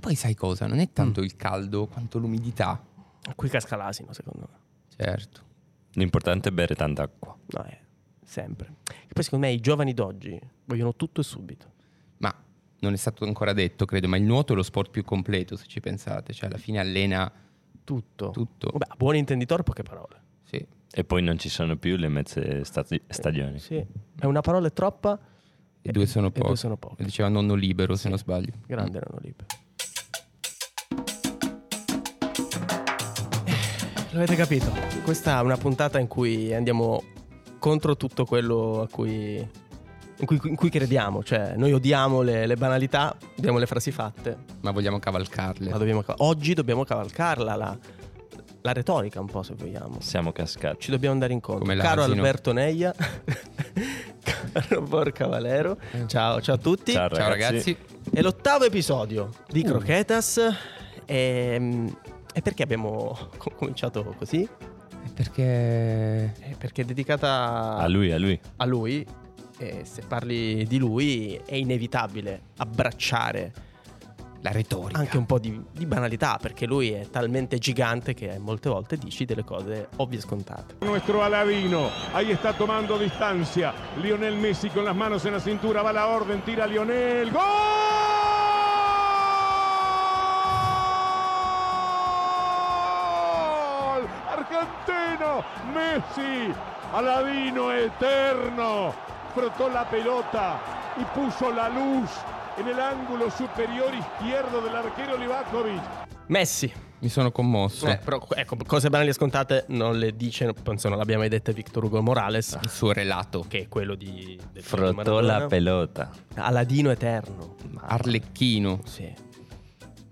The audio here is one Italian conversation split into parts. poi sai cosa? Non è Mm. tanto il caldo quanto l'umidità. Qui casca l'asino, secondo me. Certo. L'importante è bere tanta acqua. No, eh, sempre. E poi secondo me i giovani d'oggi vogliono tutto e subito. Ma non è stato ancora detto, credo, ma il nuoto è lo sport più completo, se ci pensate. Cioè, alla fine allena Tutto. tutto. Vabbè, a buon intenditore, poche parole. Sì. E poi non ci sono più le mezze stati- stagioni. Sì. È una parola è troppa. E due sono e due pochi. sono poche. Lo diceva nonno libero, Sì. se non sbaglio. Grande erano libero. Eh, Lo avete capito? Questa è una puntata in cui andiamo contro tutto quello a cui, in, cui, in cui crediamo. Cioè, noi odiamo le, le banalità, odiamo le frasi fatte, Ma vogliamo cavalcarle. ma dobbiamo cav- oggi dobbiamo cavalcarla, la, la retorica un po', se vogliamo. Siamo cascati. Ci dobbiamo andare incontro. Come Caro l'asino. Alberto Neia, caro Borca Valero, ciao, Eh. ciao Mm. a tutti. Ciao, Ciao ragazzi. ragazzi. È l'ottavo episodio di Uh. Croquetas. E, e perché abbiamo co- cominciato così? Perché... Eh, Perché è dedicata A lui, a lui. a lui. E se parli di lui è inevitabile abbracciare La retorica. anche un po' di, di banalità, perché lui è talmente gigante che molte volte dici delle cose ovvie e scontate. Nuestro Aladino, ahí está tomando distancia. Lionel Messi con las manos en la cintura, va la orden, tira Lionel. ¡Gol! Argentino, Messi, Aladino eterno. Frotó la pelota y puso la luz en el ángulo superior izquierdo del arquero Livakovic. Messi, Mi sono commosso. Eh, però ecco, cose banali e scontate non le dice, penso non l'abbia mai detta Victor Hugo Morales, Il suo relato. che è quello di... del Frottò Maradona. la pelota. Aladino Eterno. Arlecchino. Sì.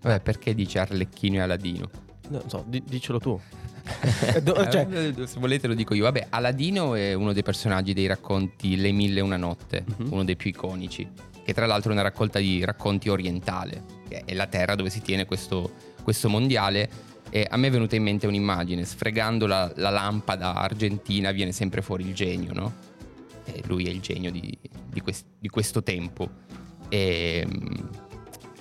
Vabbè, perché dice Arlecchino e Aladino? Non so, di- dicelo tu. Do- Eh, cioè, se volete lo dico io. Vabbè, Aladino è uno dei personaggi dei racconti Le Mille e Una Notte, Mhm. uno dei più iconici, che tra l'altro è una raccolta di racconti orientale, che è la terra dove si tiene questo, questo mondiale. E a me è venuta in mente un'immagine, sfregando la, la lampada argentina viene sempre fuori il genio, no? E lui è il genio di, di quest- di questo tempo. E, mm,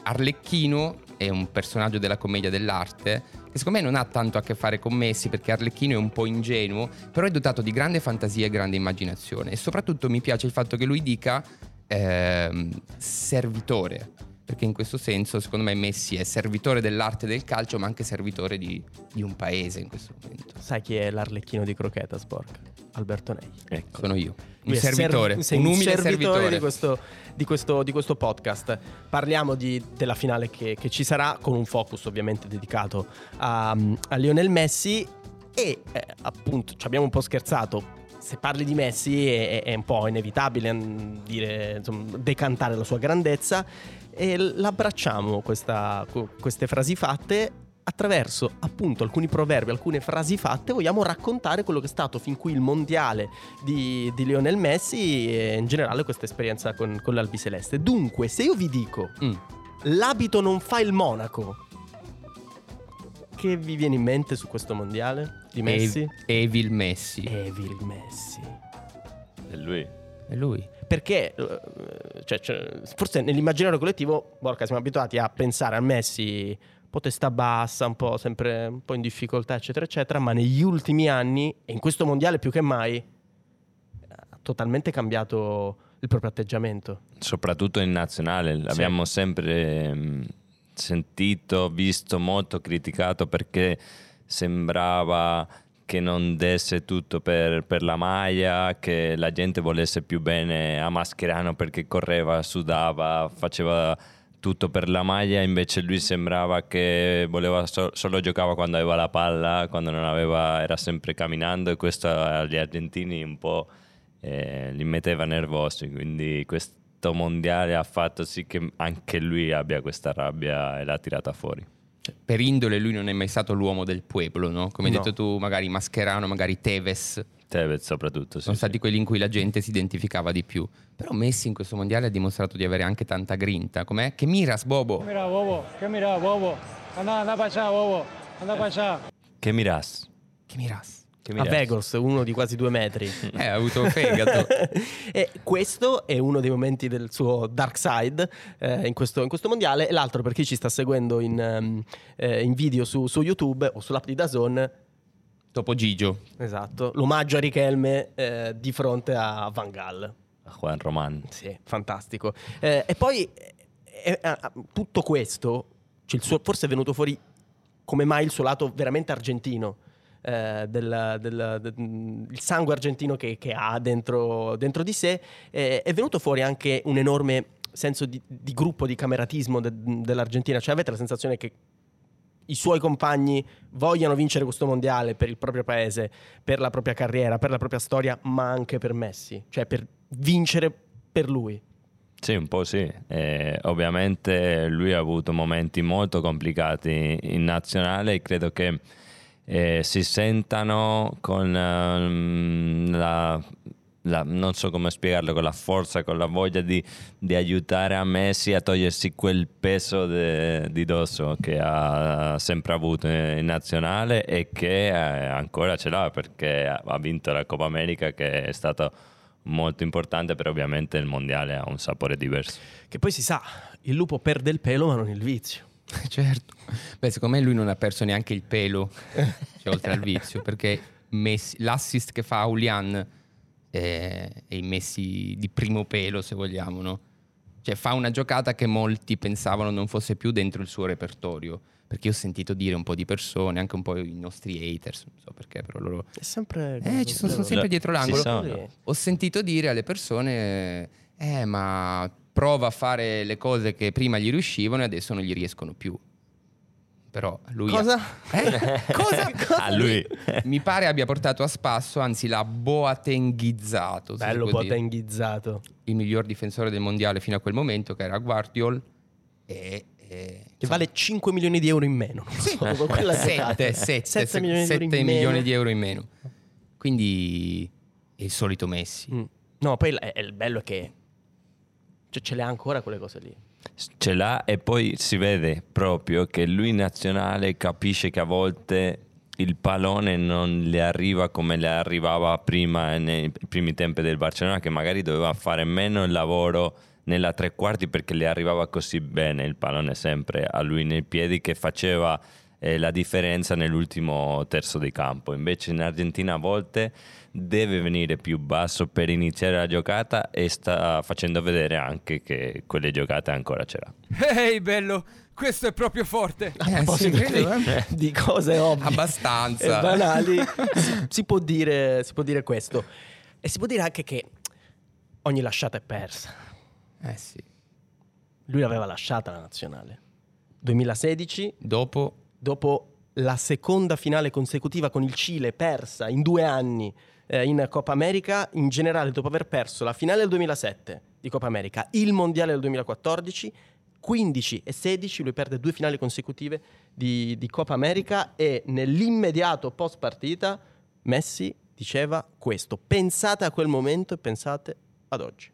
Arlecchino è un personaggio della commedia dell'arte che secondo me non ha tanto a che fare con Messi perché Arlecchino è un po' ingenuo, però è dotato di grande fantasia e grande immaginazione e soprattutto mi piace il fatto che lui dica ehm, servitore, perché in questo senso secondo me Messi è servitore dell'arte e del calcio ma anche servitore di, di un paese in questo momento. sai chi è l'arlecchino di Croqueta Spork? Alberto Negli. Ecco. Sono io, un Lui è ser- servitore, sei un umile servitore, servitore. Di, questo, di questo- di questo podcast. Parliamo di- della finale che, che ci sarà, con un focus ovviamente dedicato a, a Lionel Messi. E eh, appunto ci abbiamo un po' scherzato. Se parli di Messi è, è- è un po' inevitabile mm, dire, insomma, decantare la sua grandezza. E l'abbracciamo questa- co- queste frasi fatte attraverso appunto alcuni proverbi, alcune frasi fatte, vogliamo raccontare quello che è stato fin qui il mondiale di, di Lionel Messi e in generale questa esperienza con, con l'Albiceleste. Dunque, se io vi dico Mm. l'abito non fa il monaco, che vi viene in mente su questo mondiale di Messi? Ev- Evil Messi. Evil Messi. E lui. È lui. Perché eh, cioè, cioè, forse nell'immaginario collettivo, porca, siamo abituati a pensare a Messi potestà bassa, un po' sempre un po' in difficoltà, eccetera, eccetera, ma negli ultimi anni, e in questo mondiale più che mai, ha totalmente cambiato il proprio atteggiamento. Soprattutto in nazionale. L'abbiamo sempre mh, sentito, visto, molto criticato perché sembrava che non desse tutto per, per la maglia, che la gente volesse più bene a Mascherano perché correva, sudava, faceva tutto per la maglia, invece lui sembrava che voleva so- solo giocava quando aveva la palla, quando non aveva era sempre camminando e questo agli argentini un po' eh, li metteva nervosi, quindi questo mondiale ha fatto sì che anche lui abbia questa rabbia e l'ha tirata fuori. per indole lui non è mai stato l'uomo del pueblo, no? Come hai No. detto tu, magari Mascherano, magari Tevez, Tevez soprattutto, sì, sono stati quelli in cui la gente si identificava di più. Però Messi in questo mondiale ha dimostrato di avere anche tanta grinta, com'è? Che miras, Bobo! Mira, bobo, ¿qué mira, bobo? Anda, anda para allá, bobo, anda para allá. sì. Che miras? Che miras? Che mi A dici? Vegors, uno di quasi due metri. Eh, ha avuto un fegato. e questo è uno dei momenti del suo dark side eh, in, questo, in questo mondiale. E l'altro, per chi ci sta seguendo in, ehm, eh, in video su, su YouTube o sull'app di Dazon, Dopo Gigio. esatto, l'omaggio a Richelme eh, di fronte a Van Gaal. A Juan Román. Sì, fantastico. Eh, e poi eh, eh, ah, tutto questo, cioè il suo- forse è venuto fuori come mai il suo lato veramente argentino. eh, del, del- de- mm, il sangue argentino che, che ha dentro, dentro di sé eh, è venuto fuori anche un enorme senso di, di gruppo di cameratismo de- dell'Argentina cioè avete la sensazione che i suoi compagni vogliano vincere questo mondiale per il proprio paese, per la propria carriera, per la propria storia, ma anche per Messi, cioè per vincere per lui. Sì, un po' sì. Eh, ovviamente lui ha avuto momenti molto complicati in nazionale e credo che eh, si sentano con ehm, la, la- non so come spiegarlo, con la forza, con la voglia di, di aiutare a Messi a togliersi quel peso de- di dosso che ha sempre avuto in nazionale e che eh, ancora ce l'ha perché ha ha vinto la Coppa America che è stata molto importante, però ovviamente il mondiale ha un sapore diverso. Che poi si sa, il lupo perde il pelo ma non il vizio. Certo. Beh, secondo me lui non ha perso neanche il pelo, cioè, oltre al vizio, perché Messi- l'assist che fa a Julian eh, è il Messi di primo pelo, se vogliamo, no? Cioè fa una giocata che molti pensavano non fosse più dentro il suo repertorio, perché io ho sentito dire un po' di persone, anche un po' i nostri haters, non so perché, però loro... È sempre... Eh, ci sono- sono sempre dietro l'angolo. Ci sono. Ho sentito dire alle persone, eh ma prova a fare le cose che prima gli riuscivano e adesso non gli riescono più. Però lui... Cosa? Eh? Cosa? A lui. Mi pare abbia portato a spasso, anzi l'ha boatenghizzato. se si Bello può dire. potenghizzato. Il miglior difensore del mondiale fino a quel momento, che era Guardiol. E... e- Che vale 5 milioni di euro in meno. non so, Eh. con quella giocata. 7, 7, Sette milioni di euro in meno. di euro in meno. Quindi è il solito Messi. Mm. No, poi il- il bello è che... Cioè ce le ha ancora quelle cose lì. Ce l'ha e poi si vede proprio che lui in nazionale capisce che a volte il pallone non le arriva come le arrivava prima nei primi tempi del Barcellona, che magari doveva fare meno il lavoro nella tre quarti perché le arrivava così bene il pallone sempre a lui nei piedi che faceva eh, la differenza nell'ultimo terzo di campo. Invece in Argentina a volte deve venire più basso per iniziare la giocata e sta facendo vedere anche che quelle giocate ancora ce l'ha. Ehi, bello, questo è proprio forte. Eh, proposito sì, credo, di, eh. di cose ovvie Abbastanza. e banali si, si può dire, si può dire questo e si può dire anche che ogni lasciata è persa Eh sì. lui l'aveva lasciata la nazionale 2016 Dopo dopo la seconda finale consecutiva con il Cile persa in due anni eh, in Coppa America, in generale dopo aver perso la finale del 2007 di Coppa America, il mondiale del 2014, 15 e 16, lui perde due finali consecutive di, di Coppa America e nell'immediato post partita Messi diceva questo, pensate a quel momento e pensate ad oggi.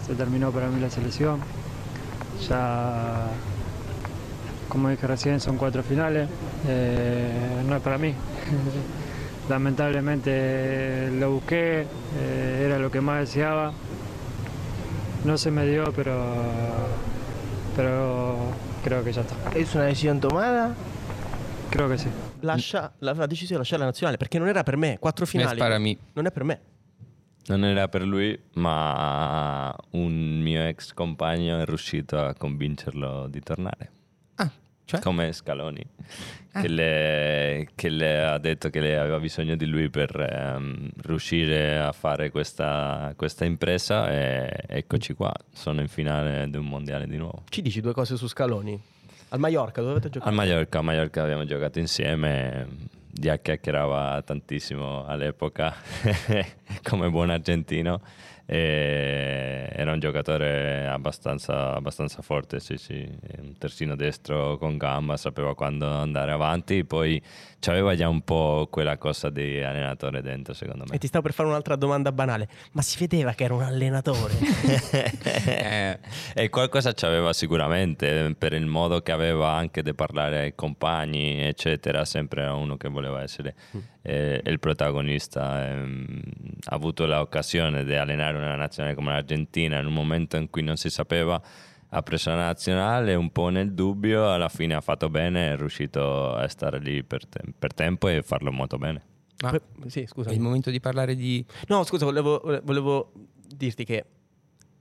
Se terminó para mí la selección. Ya, como dije recién, son cuatro finales. Eh, no es para mí. Lamentablemente eh, lo busqué, eh, era lo que más deseaba. No se me dio, pero, pero creo que ya está. ¿Es una decisión tomada? Creo que sí. Lascia, la, la decisione di lasciare la nazionale perché non era per me, quattro finali. Sparami. Non è per me. Non era per lui, ma un mio ex compagno è riuscito a convincerlo di tornare. Ah, cioè? Ah. Come Scaloni, che, le, che le ha detto che le aveva bisogno di lui per ehm, riuscire a fare questa, questa impresa e eccoci qua, sono in finale di un mondiale di nuovo. Ci dici due cose su Scaloni? Al Mallorca dove avete Al giocato? Mallorca, a Mallorca abbiamo giocato insieme, già chiacchierava tantissimo all'epoca come buon argentino E era un giocatore abbastanza, abbastanza forte, sì, sì. È Un terzino destro con gamba, sapeva quando andare avanti. Poi c'aveva già un po' quella cosa di allenatore dentro, secondo me. E ti stavo per fare un'altra domanda banale, ma si vedeva che era un allenatore. Eh, e qualcosa c'aveva sicuramente eh, per il modo che aveva anche di parlare ai compagni, eccetera. Sempre era uno che voleva essere eh, il protagonista. ehm, ha avuto l'occasione di allenare una nazionale come l'Argentina in un momento in cui non si sapeva. Ha preso la nazionale un po' nel dubbio, alla fine ha fatto bene, è riuscito a stare lì per, te- per tempo e farlo molto bene. Ma Poi- sì, è scusa. il momento di parlare di... No, scusa, volevo, volevo dirti che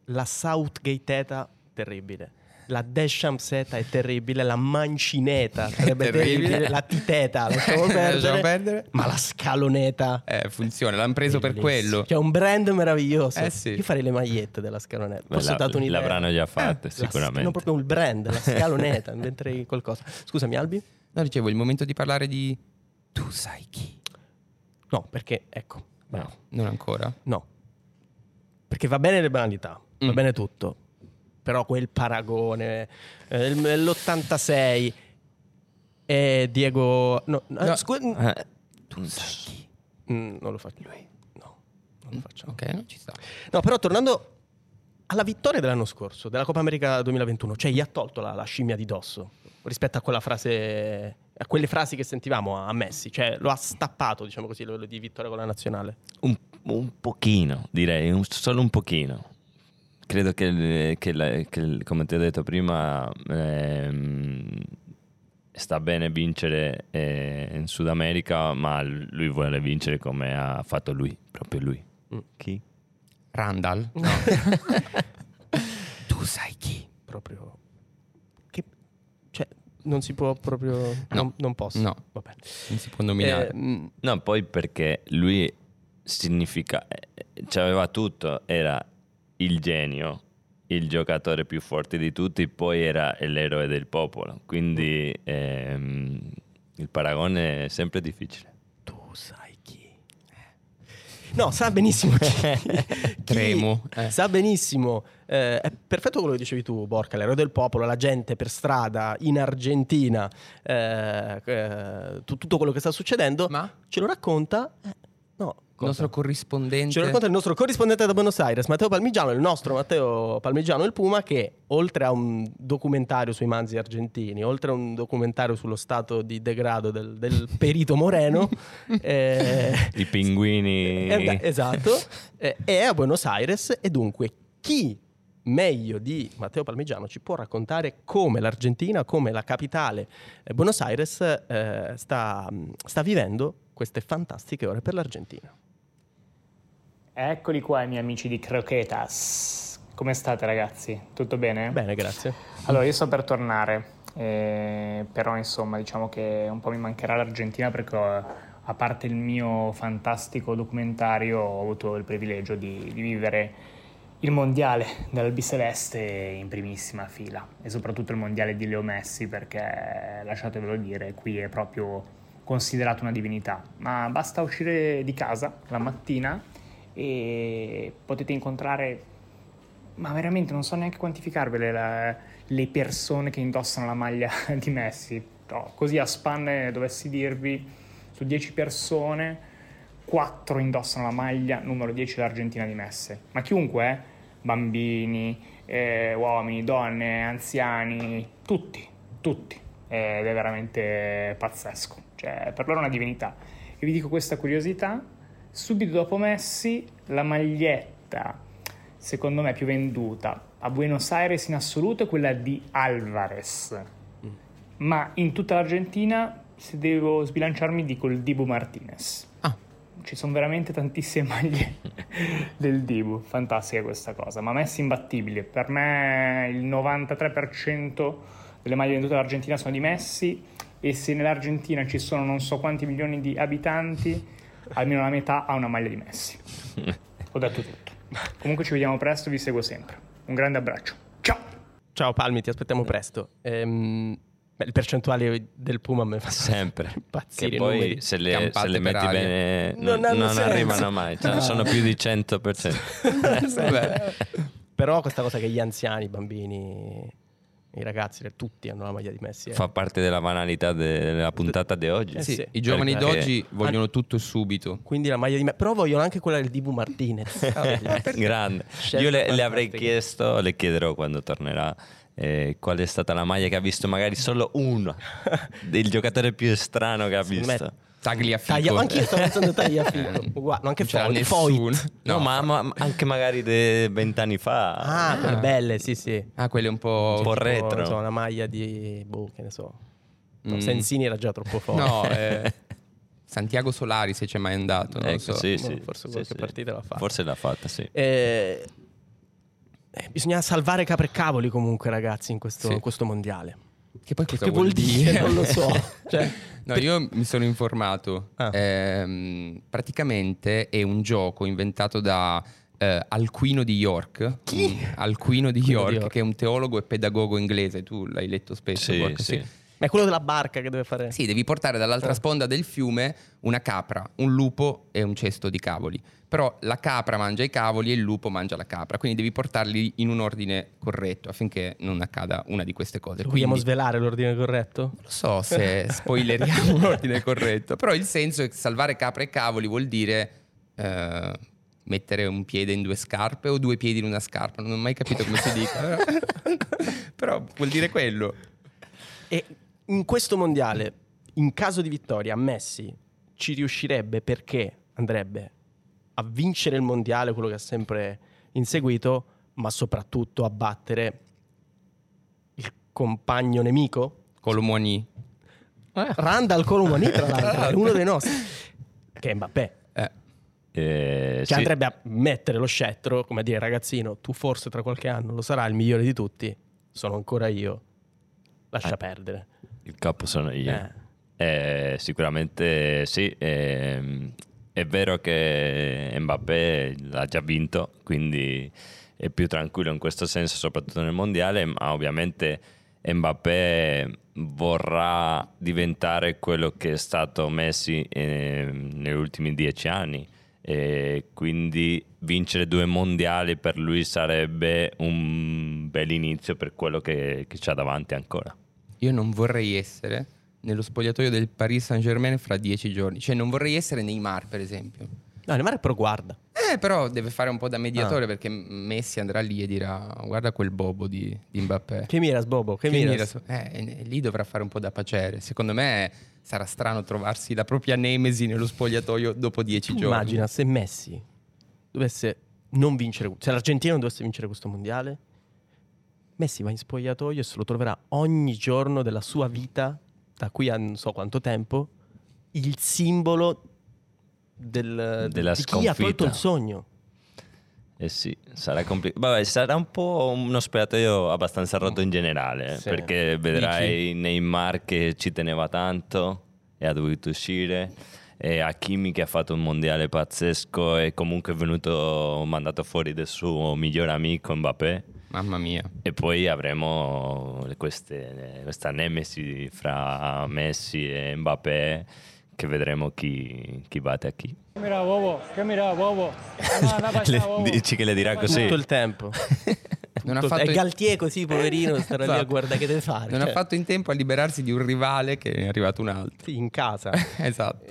la Southgateeta terribile. La Deschampseta è terribile, la Mancineta sarebbe terribile, terribile. la Titeta, lasciamo perdere, Lasciamo perdere. ma la Scaloneta Eh, funziona, l'hanno preso per Bellissimo. quello. Cioè, un brand meraviglioso. Eh sì. Io farei le magliette della scalonetta. Beh, Forse ho la- dato un'idea. Eh, l'avranno già fatte, la- sicuramente. No, proprio un brand, la scalonetta. inventerei qualcosa. Scusami, Albi? No, dicevo, è il momento di parlare di... Tu sai chi? No, perché, ecco, No. Non ancora. no. Perché va bene le banalità, va Mm. bene tutto. Però quel paragone, eh, l'86 e eh, Diego... No, no, No. scu- Eh, Mm, non lo faccio. Lui? No, non lo facciamo. Ok, non ci sta. No, però tornando alla vittoria dell'anno scorso, della Coppa America 2021, cioè gli ha tolto la, la scimmia di dosso rispetto a quella frase, a quelle frasi che sentivamo a, a Messi, cioè lo ha stappato, diciamo così, a livello di vittoria con la nazionale. Un, un pochino, direi, un- solo un pochino. Credo che, il- che la- che il- come ti ho detto prima, ehm, sta bene vincere eh, in Sud America, ma lui vuole vincere come ha fatto lui, proprio lui. Chi? Randall? No. tu sai chi? Proprio... Che... Cioè, non si può proprio... Non, non posso. No. Va bene. Non si può nominare. Eh, mm, No, poi perché lui significa, eh, c'aveva tutto, era il genio, il giocatore più forte di tutti, poi era l'eroe del popolo, quindi ehm, il paragone è sempre difficile. tu sai chi. No, sa benissimo chi. chi- Tremo, eh. Sa benissimo. eh, è perfetto quello che dicevi tu, Borca, l'eroe del popolo, la gente per strada in Argentina, eh, eh, tu- tutto quello che sta succedendo. Ma? ce lo racconta. eh, no, Il nostro cosa? corrispondente... Ce lo racconta il nostro corrispondente da Buenos Aires, Matteo Palmigiano, il nostro Matteo Palmigiano, il Puma, che oltre a un documentario sui manzi argentini, oltre a un documentario sullo stato di degrado del, del perito Moreno, eh, I pinguini... eh, beh, esatto, eh, è a Buenos Aires e dunque chi meglio di Matteo Palmigiano ci può raccontare come l'Argentina, come la capitale eh, Buenos Aires eh, sta- sta vivendo queste fantastiche ore per l'Argentina. Eccoli qua i miei amici di Croquetas. Come state ragazzi? Tutto bene? Bene, grazie. Allora, io sto per tornare, eh, però insomma diciamo che un po' mi mancherà l'Argentina perché ho- a parte il mio fantastico documentario ho avuto il privilegio di, di vivere il mondiale dell'Albiceleste in primissima fila e soprattutto il mondiale di Leo Messi perché lasciatevelo dire, qui è proprio considerato una divinità, ma basta uscire di casa la mattina e potete incontrare ma veramente non so neanche quantificarvele la- le persone che indossano la maglia di Messi. No, così a spanne dovessi dirvi, su 10 persone, 4 indossano la maglia numero 10 dell'Argentina di Messi. Ma chiunque, eh, bambini, eh, uomini, donne, anziani, tutti, tutti. Ed è veramente pazzesco. Cioè, per loro è una divinità. E vi dico questa curiosità, subito dopo Messi, la maglietta secondo me più venduta a Buenos Aires in assoluto è quella di Alvarez. Ma in tutta l'Argentina, se devo sbilanciarmi, dico il Dibu Martinez. Ah. Ci sono veramente tantissime maglie del Dibu, fantastica questa cosa. Ma Messi imbattibile. Per me il 93% delle maglie vendute all'Argentina sono di Messi e se nell'Argentina ci sono non so quanti milioni di abitanti, almeno la metà ha una maglia di Messi. Ho detto tutto. Comunque ci vediamo presto, vi seguo sempre. Un grande abbraccio. Ciao! Ciao Palmi, ti aspettiamo presto. Ehm, Beh, il percentuale del Puma mi fa Sempre. impazzire. Che i poi numeri. se le, campate se le per metti aria. bene Non non, hanno non senso. Ah. arrivano mai, cioè, No. sono più di 100%. Eh, Vabbè. Però questa cosa che gli anziani, i bambini, i ragazzi, tutti hanno la maglia di Messi. eh. Fa parte della banalità de- della puntata di oggi. Eh Sì, sì. I giovani Perché- d'oggi vogliono tutto subito. Quindi la maglia di Messi. Però vogliono anche quella del Dibu Martinez. Eh, Grande. Scelta Io le, le avrei fantastica. chiesto, le chiederò quando tornerà. eh, qual è stata la maglia che ha visto magari solo uno del giocatore più strano che ha Secondo me- visto Tagliafico. Taglia, anche io stavo pensando a Tagliafico. Eh, Uguale, anche non c'era Foyt. nessuno. Foyt. No, no, ma, ma- ma anche magari de- vent'anni fa Ah, quelle belle, sì, sì. Ah, quello è un po'... Un po' Tipo, retro. non so, una maglia di... boh, che ne so. No, Mm. Sensini era già troppo forte. No, eh, Santiago Solari se c'è mai andato, non lo Ecco, so. sì, Boh, sì, forse sì, qualche sì. partita l'ha fatta. forse l'ha fatta sì Eh, eh, bisogna salvare capre e cavoli comunque, ragazzi, in questo, Sì. in questo mondiale. Che poi cosa che vuol dire? Non lo so. Cioè, No, io mi sono informato. Ah. Ehm, praticamente è un gioco inventato da eh, Alquino di York. Chi? Alquino di Alcuino di York, York. che è un teologo e pedagogo inglese. Tu l'hai letto spesso. Sì, Borca, sì. Ma è quello della barca che deve fare. Sì, devi portare dall'altra Eh. sponda del fiume una capra, un lupo e un cesto di cavoli. Però la capra mangia i cavoli e il lupo mangia la capra, quindi devi portarli in un ordine corretto affinché non accada una di queste cose. Lo Quindi, vogliamo non svelare l'ordine corretto? so se spoileriamo l'ordine corretto, però il senso è che salvare capra e cavoli vuol dire eh, mettere un piede in due scarpe o due piedi in una scarpa, non ho mai capito come si dica. però vuol dire quello. E in questo mondiale, in caso di vittoria, Messi ci riuscirebbe perché andrebbe a vincere il mondiale, quello che ha sempre inseguito, ma soprattutto a battere il compagno nemico? Colomoni. Randall Colomani, tra l'altro, è uno dei nostri, che è Mbappé. Eh. Eh, Che sì. Cioè, andrebbe a mettere lo scettro, come a dire, ragazzino, tu forse tra qualche anno lo sarai il migliore di tutti, sono ancora io. Lascia Eh. perdere. il capo sono io Eh. Eh, sicuramente sì ehm, è vero che Mbappé l'ha già vinto quindi è più tranquillo in questo senso soprattutto nel mondiale ma ovviamente Mbappé vorrà diventare quello che è stato Messi ehm, negli ultimi dieci anni e quindi vincere due mondiali per lui sarebbe un bel inizio per quello che, che c'ha davanti ancora Io non vorrei essere nello spogliatoio del Paris Saint Germain fra dieci giorni. Cioè, non vorrei essere Neymar, per esempio. No, Neymar però guarda. Eh, però deve fare un po' da mediatore Ah. perché Messi andrà lì e dirà: Guarda quel bobo di, di Mbappé. Che miras, Bobo? Che, Che miras? mira su- eh, e lì dovrà fare un po' da pacere. Secondo me sarà strano trovarsi la propria nemesi nello spogliatoio dopo dieci Tu giorni. immagina se Messi dovesse non vincere, se l'Argentina non dovesse vincere questo mondiale, Messi va in spogliatoio e se lo troverà ogni giorno della sua vita, da qui a non so quanto tempo, il simbolo del, Della di chi ha tolto sconfitta. il sogno. Eh sì, sarà complicato. Vabbè, sarà un po' uno spogliatoio abbastanza rotto in generale, eh, Sì. perché vedrai Neymar che ci teneva tanto e ha dovuto uscire, e Hakimi che ha fatto un mondiale pazzesco e comunque è venuto mandato fuori del suo miglior amico Mbappé. Mamma mia. E poi avremo queste- questa nemesi fra Messi e Mbappé che vedremo chi, chi batte a chi. ¿Qué mira, bobo? ¿Qué mira, bobo? Anda, anda para allá, Le- bobo. dici che le dirà così? Tutto il tempo. Non ha Tutto- fatto- È Galtier così, poverino, starà lì a Esatto. guardare che deve fare. Non ha cioè, fatto in tempo a liberarsi di un rivale che ne è arrivato un altro. sì, in casa. esatto.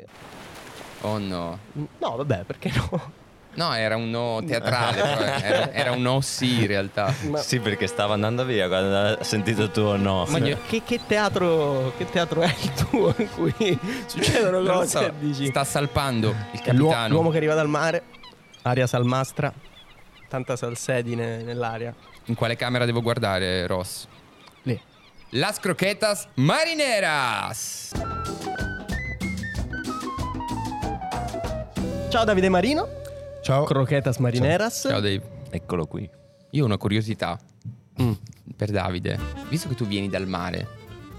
Oh no. No, vabbè, perché no? No, era un no teatrale, però era, era un no sì in realtà. Ma- Sì, perché stava andando via quando ha sentito tuo no. Ma che, che teatro, che teatro è il tuo in cui succedono Non lo cose? so, e dici, sta salpando il È l'uo- capitano. l'uomo che arriva dal mare, aria salmastra, tanta salsedine nell'aria. In quale camera devo guardare, Ross? Lì. Las croquetas marineras! Ciao Davide Marino, Ciao. Croquetas Marineras. Ciao Dave. Eccolo qui. Mm. Io ho una curiosità per Davide. Visto che tu vieni dal mare,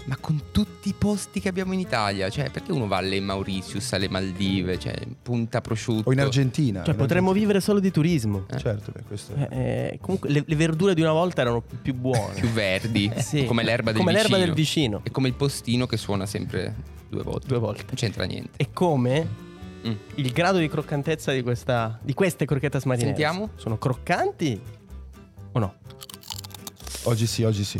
ma con tutti i posti che abbiamo in Italia, cioè perché uno va alle Mauritius, alle Maldive, cioè Punta Prosciutto? O in Argentina. Cioè, in potremmo Argentina. vivere solo di turismo. Certo, beh, questo Eh, eh, comunque le, le verdure di una volta erano più buone. Più verdi, Sì. come l'erba del Come vicino. l'erba del vicino. E come il postino che suona sempre due volte. Due volte. Non c'entra niente. E come Mm. il grado di croccantezza di, questa, di queste crocchetas marinere. Sentiamo. Sono croccanti o no? Oggi sì, oggi sì.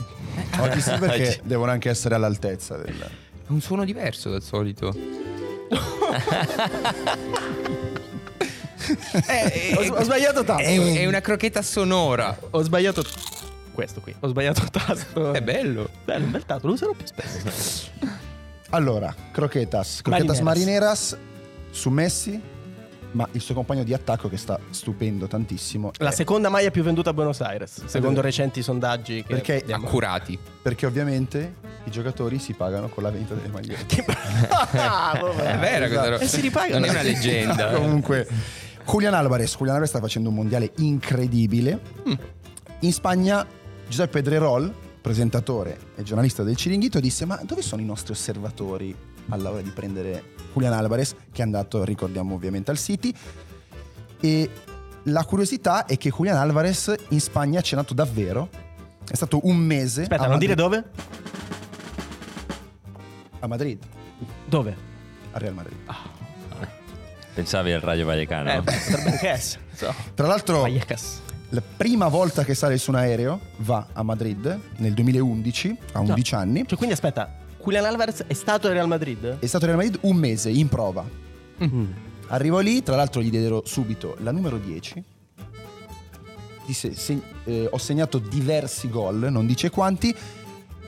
Eh. Oggi sì perché devono anche essere all'altezza del... È un suono diverso dal solito. Eh, eh, Ho s- ho sbagliato tasto. È, un- è una crochetta sonora. Ho sbagliato questo qui. Ho sbagliato tasto. È bello. Bello, un bel tasto, lo userò più spesso. Allora, croquetas, croquetas marineras. su Messi, ma il suo compagno di attacco che sta stupendo tantissimo. La è- seconda maglia più venduta a Buenos Aires, secondo recenti sondaggi. Che Perché- abbiamo- Eh, Accurati. Eh, perché ovviamente i giocatori si pagano con la vendita delle magliette. Che bravo! È vera questa roba. esatto. E si ripagano. Non è una leggenda. eh. Ah, Comunque, Julian Alvarez, Julian Alvarez sta facendo un mondiale incredibile. In Spagna, Giuseppe Drerol, presentatore e giornalista del Ciringhito, disse: Ma dove sono i nostri osservatori all'ora di prendere Julian Alvarez? Che è andato, ricordiamo ovviamente, al City. E la curiosità è che Julian Alvarez in Spagna ci è nato davvero. È stato un mese Aspetta, a, non Madri- dire dove? a Madrid, Dove? al Real Madrid. Ah. Pensavi al Radio Vallecano? Eh, potrebbe anche essere. So. Tra l'altro, Vallecas. La prima volta che sale su un aereo va a Madrid nel 2011, a 11 anni. Cioè, quindi aspetta, Julian Alvarez è stato al Real Madrid? È stato a Real Madrid un mese in prova. Arrivò lì, tra l'altro gli diedero subito la numero 10. Disse, "Se- eh, ho segnato diversi gol, non dice quanti.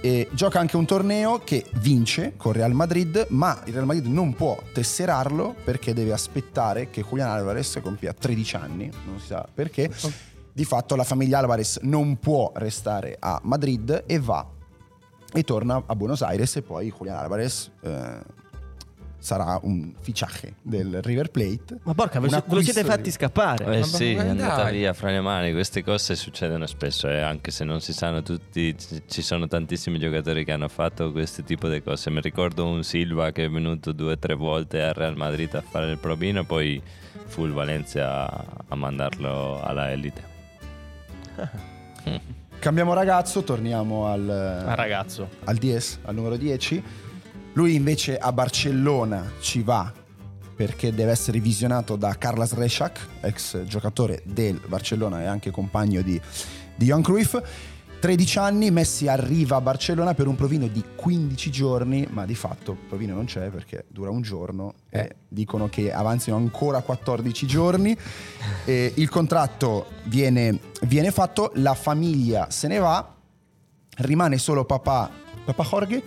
E gioca anche un torneo che vince con Real Madrid, ma il Real Madrid non può tesserarlo perché deve aspettare che Julian Alvarez compia 13 anni, non si sa perché. Di fatto la famiglia Alvarez non può restare a Madrid e va e torna a Buenos Aires e poi Julian Alvarez eh, sarà un fichaje del River Plate. Ma porca, ve Un lo, ve lo acquisto siete di- fatti scappare. Eh Ma sì, è dai. andata via fra le mani. Queste cose succedono spesso, eh, anche se non si sanno tutti. c- Ci sono tantissimi giocatori che hanno fatto questo tipo di cose. Mi ricordo un Silva che è venuto due o tre volte al Real Madrid a fare il probino, poi fu il Valencia a, a mandarlo alla Elite. Cambiamo ragazzo, torniamo al, Ah, ragazzo. al DS, al numero 10. Lui invece a Barcellona ci va perché deve essere visionato da Carlos Reschak, ex giocatore del Barcellona e anche compagno di, di Johan Cruyff. 13 anni, Messi arriva a Barcellona per un provino di 15 giorni, ma di fatto il provino non c'è perché dura un giorno e Eh. dicono che avanzino ancora 14 giorni. E il contratto viene, viene fatto, la famiglia se ne va, rimane solo papà, papà Jorge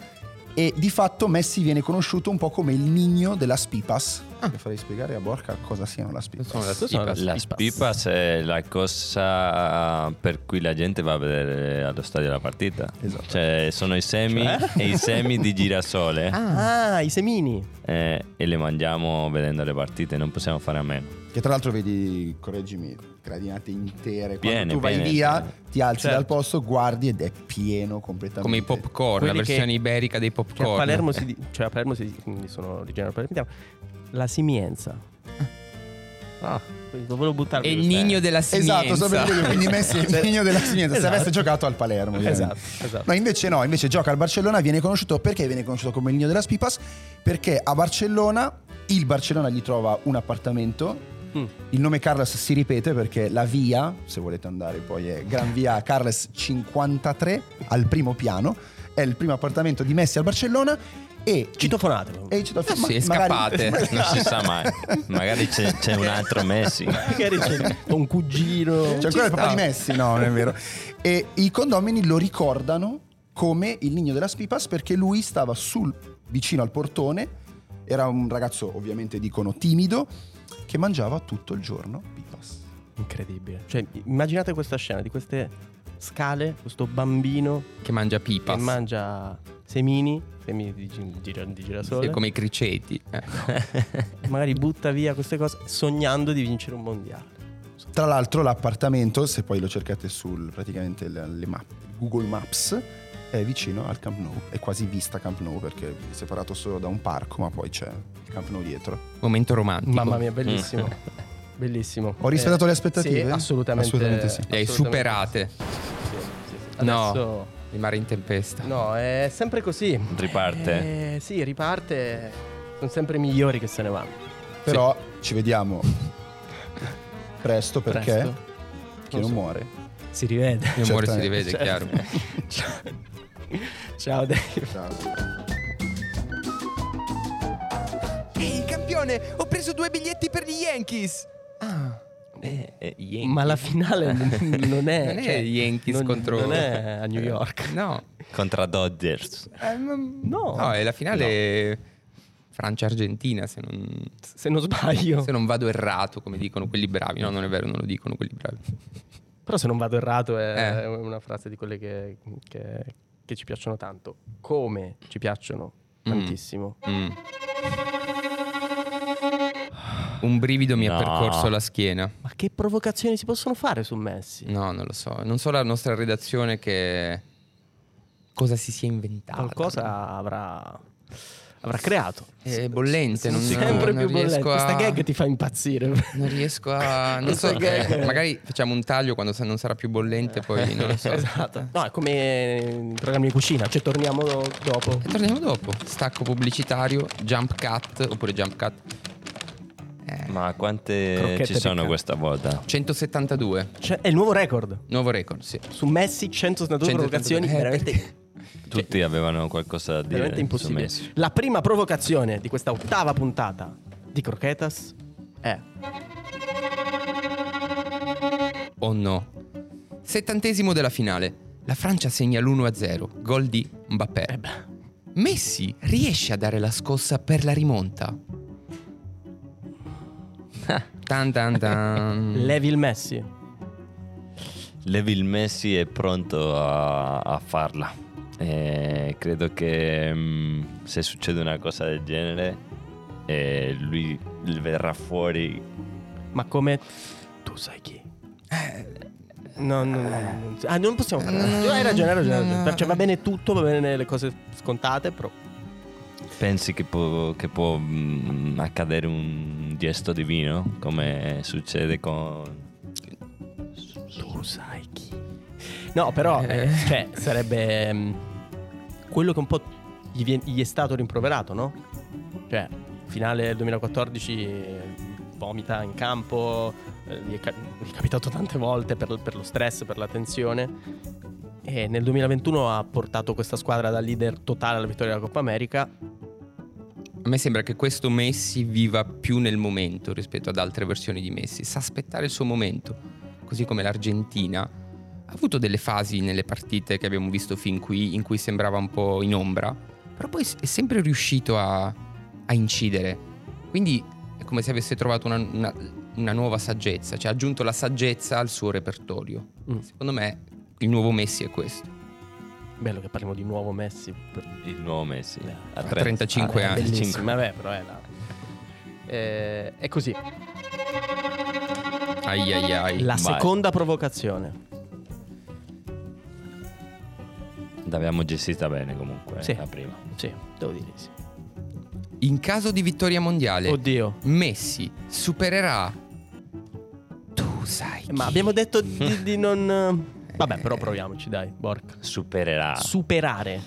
e di fatto Messi viene conosciuto un po' come il nigno della Spipas. Mi farei spiegare a Borca cosa siano la Spipas. Sono la Sono la- stipa. La Spipas è la cosa per cui la gente va a vedere allo stadio la partita. Esatto. Cioè, sono i semi e i semi di girasole Ah, i semini. eh, e le mangiamo vedendo le partite, non possiamo fare a meno. Che tra l'altro vedi, correggimi, gradinate intere. Quando Piene, tu vai piene, via, piene. ti alzi Certo. dal posto, guardi ed è pieno completamente. Come i popcorn, la Quelli che- versione iberica dei Cioè, a popcorn. Palermo si dice. Cioè, a Palermo si dice. Quindi sono originario palermitano. La simienza. Ah, lo volevo buttare È il nigno della simienza. Esatto, so per dire, quindi Messi Cioè, è il nigno della sinistra, se Esatto. avesse giocato al Palermo. ovviamente. Esatto, esatto. No, invece no, invece gioca al Barcellona, viene conosciuto perché viene conosciuto come il nigno della Spipas? Perché a Barcellona il Barcellona gli trova un appartamento. Mm. Il nome Carles si ripete perché la via, se volete andare poi è Gran Via Carles 53 al primo piano, è il primo appartamento di Messi al Barcellona e Citofonatelo. e ci do- Sì, ma- scappate. magari- Eh Non si sa mai. Magari c'è, c'è un altro Messi. Magari c'è un cugino. C'è ancora il papà di Messi? No, non è vero. E i condomini lo ricordano come il nigno della Spipas perché lui stava sul, vicino al portone. Era un ragazzo, ovviamente dicono timido, che mangiava tutto il giorno pipas. Incredibile. Cioè, immaginate questa scena di queste scale, questo bambino Che mangia pipa. che mangia semini, semini di, gi- gira- di girasole. Sì, come i criceti. Eh. magari butta via queste cose sognando di vincere un mondiale. Tra l'altro l'appartamento, se poi lo cercate sul praticamente le, le map- Google Maps, è vicino al Camp Nou, è quasi vista Camp Nou perché è separato solo da un parco, ma poi c'è il Camp Nou dietro. Momento romantico. Mamma mia, bellissimo. Mm. bellissimo. Ho rispettato Eh, le aspettative? Sì, assolutamente. Assolutamente sì. Le hai superate. assolutamente sì, sì, sì. No. Adesso- Il mare in tempesta. No, è sempre così. Riparte. Eh, sì, riparte. Sono sempre i migliori che se ne vanno. Però ci vediamo presto perché Presto. chi non muore. Si rivede. Il amore si certamente, rivede, è certo. chiaro. Ciao Dave. Ehi, campione, ho preso due biglietti per gli Yankees. Ma la finale n- Eh, non è. Non è cioè, Eh, Yankees non- contro- Eh, Non è a New York. Oh. No. Contra Dodgers. eh, No. No, è la finale Francia-Argentina, se non, Se non sbaglio. se non vado errato, come dicono quelli bravi. No, non è vero, non lo dicono quelli bravi. Però se non vado errato è Eh. è una frase di quelle che, che- che ci piacciono tanto. Come ci piacciono tantissimo. Mm. Un brivido mi ha No. percorso la schiena. Ma che provocazioni si possono fare su Messi? No, non lo so. Non so la nostra redazione che... Cosa si sia inventata. Qualcosa avrà, avrà creato. È bollente, non, Sempre non più bollente. riesco a... Questa gag ti fa impazzire. Non riesco a... Non Questa so, gag- eh, magari facciamo un taglio quando sa- non sarà più bollente, poi non lo so. esatto. No, è come in programmi di cucina, cioè torniamo dopo. E torniamo dopo. Stacco pubblicitario, jump cut, oppure jump cut. Eh, Ma quante Crocchette ci sono piccanti. questa volta? 172, Cioè, è il nuovo record. nuovo record, sì. Su Messi 172 provocazioni, 172. Eh, veramente perché? Tutti avevano qualcosa da dire. veramente su impossibile. Messi. La prima provocazione di questa ottava puntata di Croquetas è Oh no. Settantesimo della finale. La Francia segna l'1-0, gol di Mbappé. Messi riesce a dare la scossa per la rimonta. Tan tan tan. Levi il Messi. Levi il Messi è pronto a, a farla. E credo che mm, se succede una cosa del genere, eh, lui verrà fuori. Ma come tu sai chi? No, no, no, Eh, no. Ah, non possiamo No, parlare. no, Hai ragione, hai ragione. hai ragione. no. Cioè, va bene tutto, va bene le cose scontate, però Pensi che può, che può, mm, accadere un gesto divino, come succede con... Tu sai chi? No, però eh, cioè, sarebbe mm, quello che un po' gli, vien- gli è stato rimproverato, no? Cioè, finale del 2014 eh, vomita in campo, eh, gli, è ca- gli è capitato tante volte per, per lo stress, per la tensione. E nel 2021 ha portato questa squadra da leader totale alla vittoria della Coppa America. A me sembra che questo Messi viva più nel momento rispetto ad altre versioni di Messi. Sa aspettare il suo momento, così come l'Argentina ha avuto delle fasi nelle partite che abbiamo visto fin qui in cui sembrava un po' in ombra, però poi s- è sempre riuscito a, a incidere. Quindi è come se avesse trovato una, una- una nuova saggezza, cioè ha aggiunto la saggezza al suo repertorio. Mm. Secondo me il nuovo Messi è questo. Bello che parliamo di nuovo Messi. per- Il nuovo Messi. A A tre- 35 Ah, è anni. Bellissimo, vabbè, però è la... Eh, è così. Ai ai ai. La Vai. seconda provocazione. L'abbiamo gestita bene comunque, Sì. la prima. Sì, devo dire sì. In caso di vittoria mondiale, Oddio. Messi supererà. Tu sai. chi. Eh, Ma abbiamo detto di, di non. eh, Vabbè, però proviamoci, dai, Bork. Supererà. Superare.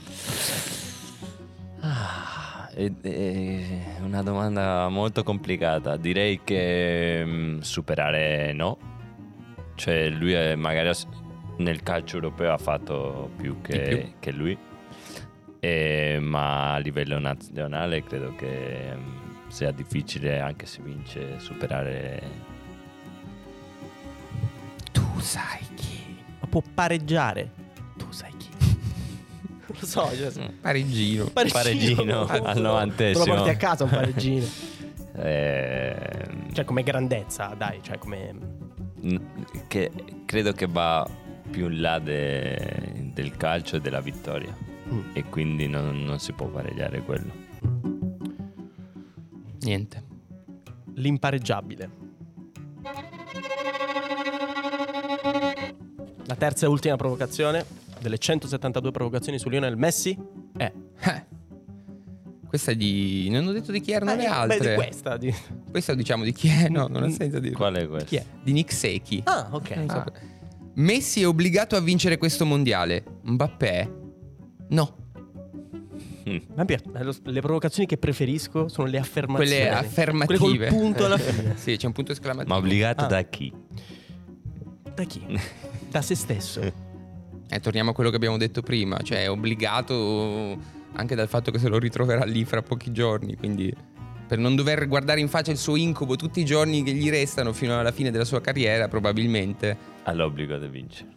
Ah, è, è eh, una domanda molto complicata. Direi che mm, superare no. Cioè lui è- magari ha- nel calcio europeo ha fatto più che, Di più. che lui. E- ma a livello nazionale credo che mm, sia difficile anche se vince superare Tu sai chi. Ma può pareggiare. Tu sai chi. Lo so, cioè, se- Parigino. pareggino al novantesimo. Te lo porti a casa un pareggino. Ehm, Eh, cioè, come grandezza, dai, cioè come. n- che credo che va più in là de- del calcio e della vittoria Mm. e quindi non, non si può pareggiare quello Niente. L'impareggiabile. La terza e ultima provocazione. delle 172 provocazioni su Lionel Messi è... Eh. Questa è di... Non ho detto di chi erano le Ah, altre. Beh, di questa. di- Questa diciamo di chi è, no, non ha senso dirlo. Qual è questo? Chi è? Di Nick Secchi. Ah, ok. Non so per- Messi è obbligato a vincere questo mondiale. Mbappé? No. Ma Pier, eh, lo- le provocazioni che preferisco sono le affermazioni. Quelle affermative. Quelle col punto alla fine. sì, c'è un punto esclamativo. Ma obbligato Ah. da chi? Da chi? Da se stesso. Eh, torniamo a quello che abbiamo detto prima, cioè è obbligato anche dal fatto che se lo ritroverà lì fra pochi giorni, quindi per non dover guardare in faccia il suo incubo tutti i giorni che gli restano fino alla fine della sua carriera, probabilmente, Ha l'obbligo di vincere.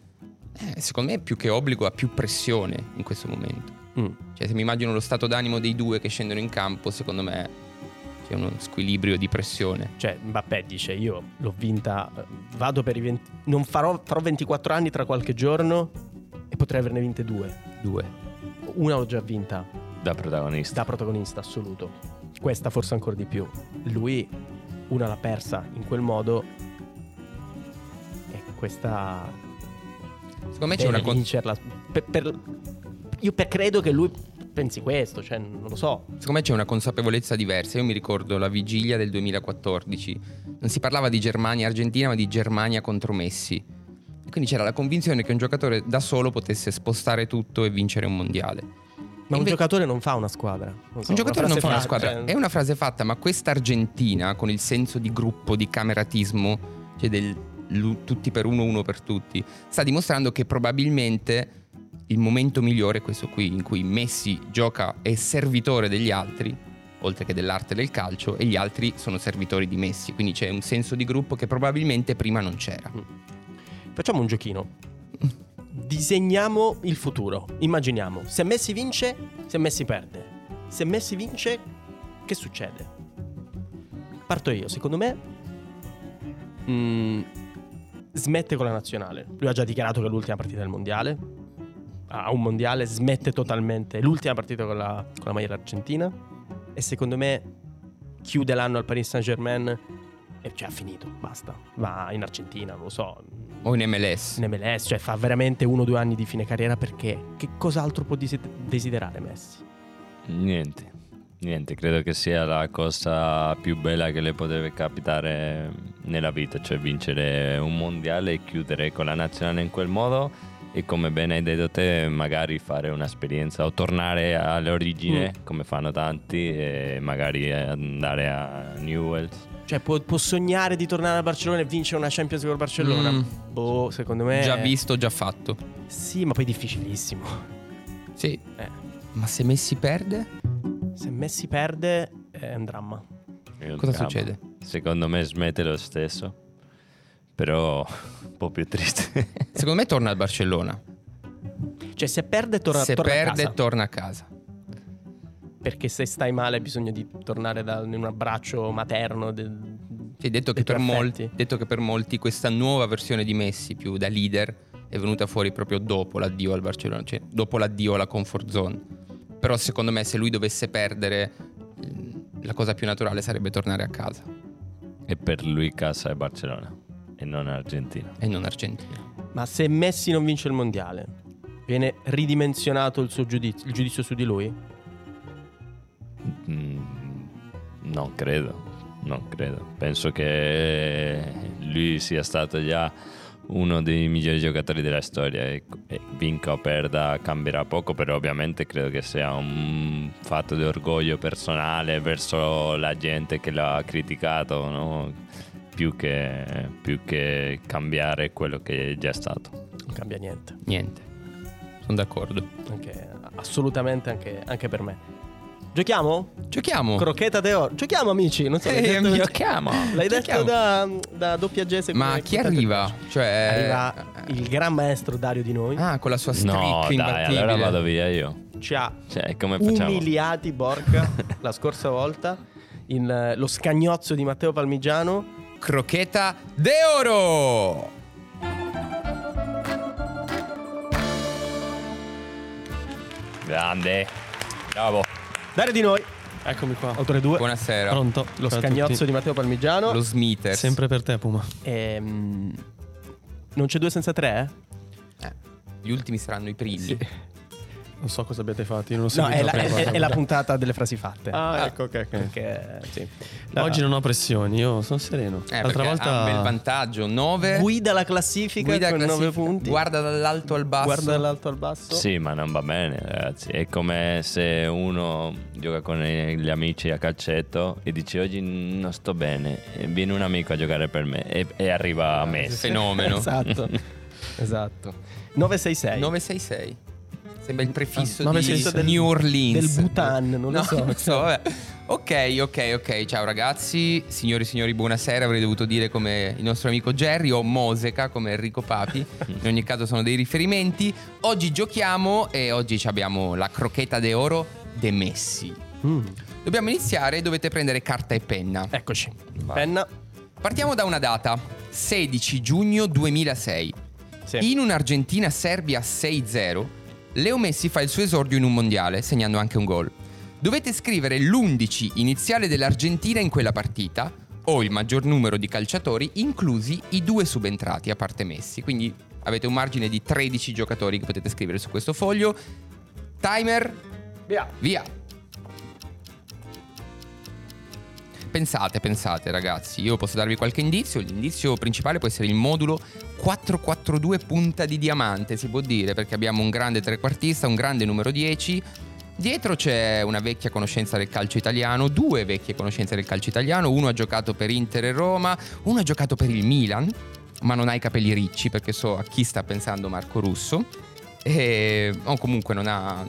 eh, secondo me più che obbligo ha più pressione in questo momento. Mm. Cioè se mi immagino lo stato d'animo dei due che scendono in campo, secondo me c'è uno squilibrio di pressione. Cioè, Mbappé dice: Io l'ho vinta, eh, vado per i 20. Non farò, farò 24 anni tra qualche giorno e potrei averne vinte due. Due. Una l'ho già vinta Da protagonista. da protagonista assoluto. Questa forse ancora di più. Lui una l'ha persa in quel modo. E questa. Secondo me c'è deve una... con- vincerla. Per- per- io per- credo che lui pensi questo, cioè, non lo so. Secondo me c'è una consapevolezza diversa. Io mi ricordo la vigilia del 2014. Non si parlava di Germania e Argentina, ma di Germania contro Messi. E quindi c'era la convinzione che un giocatore da solo potesse spostare tutto e vincere un mondiale. Ma un Inve- giocatore non fa Esatto, una squadra. Non so, un giocatore non frase fa una fatta, squadra. cioè- È una frase fatta, ma questa Argentina, con il senso di gruppo, di cameratismo, cioè del lu- tutti per uno, uno per tutti, sta dimostrando che probabilmente il momento migliore è questo qui, in cui Messi gioca è servitore degli altri, oltre che dell'arte del calcio, e gli altri sono servitori di Messi. Quindi c'è un senso di gruppo che probabilmente prima non c'era. Mm. Facciamo un giochino. Disegniamo il futuro. Immaginiamo se Messi vince, se Messi perde. Se Messi vince, che succede? Parto io, secondo me. mm, smette con la nazionale. Lui ha già dichiarato che è l'ultima partita del mondiale. Ha un mondiale, smette totalmente. È l'ultima partita con la, con la maglia argentina. E secondo me chiude l'anno al Paris Saint Germain. E cioè ha finito, basta. Va in Argentina, non lo so O in MLS. in MLS, cioè fa veramente uno o due anni di fine carriera perché che cos'altro può desi- desiderare Messi? Niente, niente, credo che sia la cosa più bella che le potrebbe capitare nella vita, cioè vincere un mondiale e chiudere con la nazionale in quel modo e come bene hai detto te magari fare un'esperienza o tornare alle origini Mm. come fanno tanti e magari andare a Newell's. Cioè può, può sognare di tornare a Barcellona e vincere una Champions con il Barcellona? Mm. Boh, secondo me... Già visto, già fatto. Sì, ma poi è difficilissimo. Sì. Eh. Ma se Messi perde, Se Messi perde eh, è un dramma. cosa succede? Secondo me smette lo stesso, però un po' più triste. Secondo me torna al Barcellona. Cioè se perde torna, se torna a perde casa. torna a casa. perché se stai male hai bisogno di tornare da in un abbraccio materno. del- Sì, detto, dei che per tuoi molti, affetti. detto che per molti questa nuova versione di Messi più da leader è venuta fuori proprio dopo l'addio al Barcellona, cioè dopo l'addio alla comfort zone. Però secondo me se lui dovesse perdere eh, la cosa più naturale sarebbe tornare a casa e per lui casa è Barcellona e non Argentina. e non Argentina. Ma se Messi non vince il mondiale, viene ridimensionato il suo giudizio, il giudizio su di lui? Mm, non credo, non credo. Penso che lui sia stato già uno dei migliori giocatori della storia e, e vinca o perda cambierà poco, però ovviamente credo che sia un fatto di orgoglio personale verso la gente che l'ha criticato, no? più, che, più che cambiare quello che è già stato. Non cambia niente. Niente. Sono d'accordo. Anche- assolutamente anche, anche per me. Giochiamo? Giochiamo. Crocchetta Teo. Giochiamo, amici. Non so, l'hai Ehi, detto- Eh, amici, giochiamo. L'hai detto Giochiamo. da, da doppia G. se- Ma eh, chi crocchetta arriva? Teo. Cioè Arriva il gran maestro Dario Di Noi. Ah, con la sua streak No, dai, imbattibile. allora vado via io. Ci ha Cioè, come facciamo? umiliati Borca la scorsa volta. Il, eh, lo scagnozzo di Matteo Palmigiano. Crocheta d'oro! Grande. Bravo. Dario Di Noi. Eccomi qua. Autore 2. Buonasera. Pronto. Lo Ciao a scagnozzo tutti. di Matteo Palmigiano. Lo Smithers. Sempre per te, Puma. Ehm, non c'è due senza tre? eh? Eh. Gli ultimi saranno i primi. Eh, Sì. Non so cosa abbiate fatto, io non ho No, seguito è la, prima è- cosa. è la puntata delle frasi fatte. Ah, ecco, ok, ok. Perché, sì. Oggi non ho pressioni, io sono sereno. Eh, L'altra perché volta ha un bel vantaggio. 9. Guida la classifica con 9 punti. Guarda dall'alto al basso. Guarda dall'alto al Esatto. basso. Sì, ma non va bene, ragazzi. È come se uno gioca con eh, gli amici a calcetto e dice oggi non sto bene. E viene un amico a giocare per me e, e arriva Ah, a me. Eh, Fenomeno. Esatto. esatto. 966. 966. Sembra il prefisso Ah, di 966 del- New Orleans. del Bhutan, non lo No, so. vabbè. Ok, ok, ok. Ciao ragazzi. Signori e signori, buonasera. Avrei dovuto dire come il nostro amico Jerry o Moseca come Enrico Papi. In ogni caso sono dei riferimenti. Oggi giochiamo e oggi ci abbiamo la crocheta de oro de Messi. Mm. Dobbiamo iniziare dovete prendere carta e penna. Eccoci. Penna. Partiamo da una data, 16 giugno 2006. Sì. In un'Argentina-Serbia 6-0, Leo Messi fa il suo esordio in un mondiale, segnando anche un gol. Dovete scrivere l'11 iniziale dell'Argentina in quella partita o il maggior numero di calciatori, inclusi i due subentrati a parte Messi. Quindi avete un margine di 13 giocatori che potete scrivere su questo foglio. Timer, Via. Via. Pensate, pensate ragazzi, io posso darvi qualche indizio, l'indizio principale può essere il modulo 442 punta di diamante, si può dire, perché abbiamo un grande trequartista, un grande numero 10, dietro c'è una vecchia conoscenza del calcio italiano, due vecchie conoscenze del calcio italiano, uno ha giocato per Inter e Roma, uno ha giocato per il Milan, ma non ha i capelli ricci perché so a chi sta pensando Marco Russo, e, o comunque non ha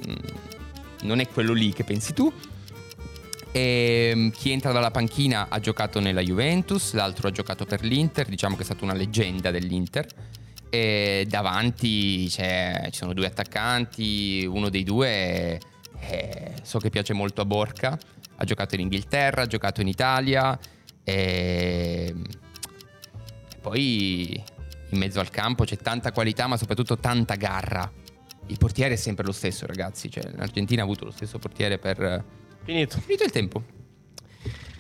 non è quello lì che pensi tu. E chi entra dalla panchina ha giocato nella Juventus, l'altro ha giocato per l'Inter, diciamo che è stata una leggenda dell'Inter. E davanti c'è- ci sono due attaccanti, uno dei due eh, so che piace molto a Borca, ha giocato in Inghilterra, ha giocato in Italia. E e poi in mezzo al campo c'è tanta qualità, ma soprattutto tanta garra. Il portiere è sempre lo stesso, ragazzi. Cioè, l'Argentina ha avuto lo stesso portiere per. Finito. Finito il tempo.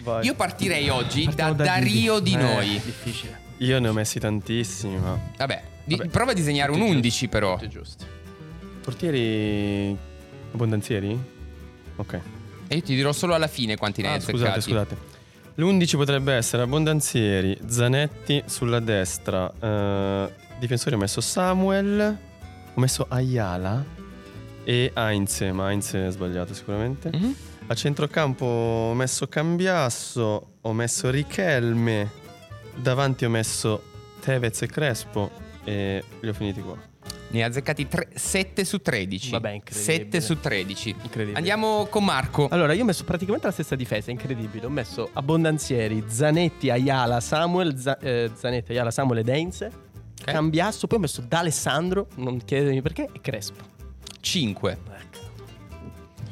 Vai. Io partirei oggi da, Partiamo da Dario di Eh, noi. Difficile. io ne ho messi tantissimi, ma... Vabbè, di- Vabbè. prova a disegnare un Tutti 11, però. Tutti giusti. Portieri abbondanzieri? Ok. E io ti dirò solo alla fine quanti ne hai Ah, scusate, azzeccati. scusate. L'11 potrebbe essere Abbondanzieri, Zanetti sulla destra, eh, difensori ho messo Samuel, ho messo Ayala e Heinz, ma Heinz è sbagliato sicuramente. Mhm. A centrocampo ho messo Cambiasso, ho messo Richelme, davanti ho messo Tevez e Crespo e li ho finiti qua. Ne hai azzeccati 7 su 13. Vabbè, incredibile. 7 su 13. Incredibile. Andiamo con Marco. Allora, io ho messo praticamente la stessa difesa, è incredibile. Ho messo Abbondanzieri, Zanetti, Ayala, Samuel, Za- eh, Zanetti, Ayala, Samuel ed Heinze. Cambiasso, poi ho messo D'Alessandro, non chiedetemi perché, e Crespo. 5.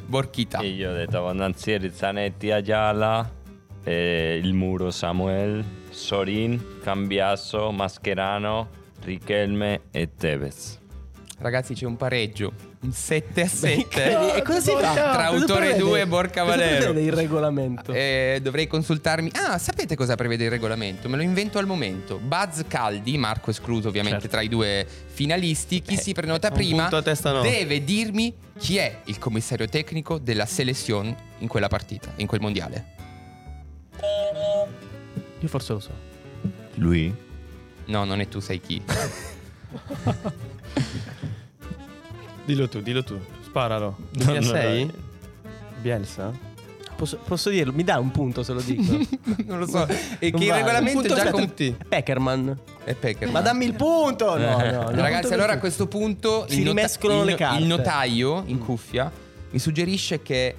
Borchita. E io ho detto abbondanzieri, Zanetti, Ayala, eh, il muro Samuel, Sorin, Cambiasso, Mascherano, Richelme e Tevez. Ragazzi, c'è un pareggio. Un 7 a 7. Incredibile. E cosa si fa? Tra Cosa autore prevede? due e Borca Cosa Valero. prevede il regolamento. Eh, dovrei consultarmi. Ah, sapete cosa prevede il regolamento? Me lo invento al momento. Buzz Caldi, Marco escluso ovviamente Certo. Eh, tra i due finalisti. Chi si prenota un prima punto a testa no. deve dirmi chi è il commissario tecnico della selezione in quella partita, in quel mondiale. Io forse lo so. Lui? No, non è tu, sai chi. Dillo tu, dillo tu, sparalo. No, no, 2006? dai. Bielsa? Posso, posso dirlo? Mi dà un punto se lo dico. non lo so. E Non che il vale. regolamento Un è punto già per con- Eh, tutti. Peckerman. È Peckerman. Ma dammi il punto! No, no, no. Ragazzi, Punto allora a per- questo punto Si il, nota- rimescolano il- le carte. Mm. il notaio in cuffia mi suggerisce che.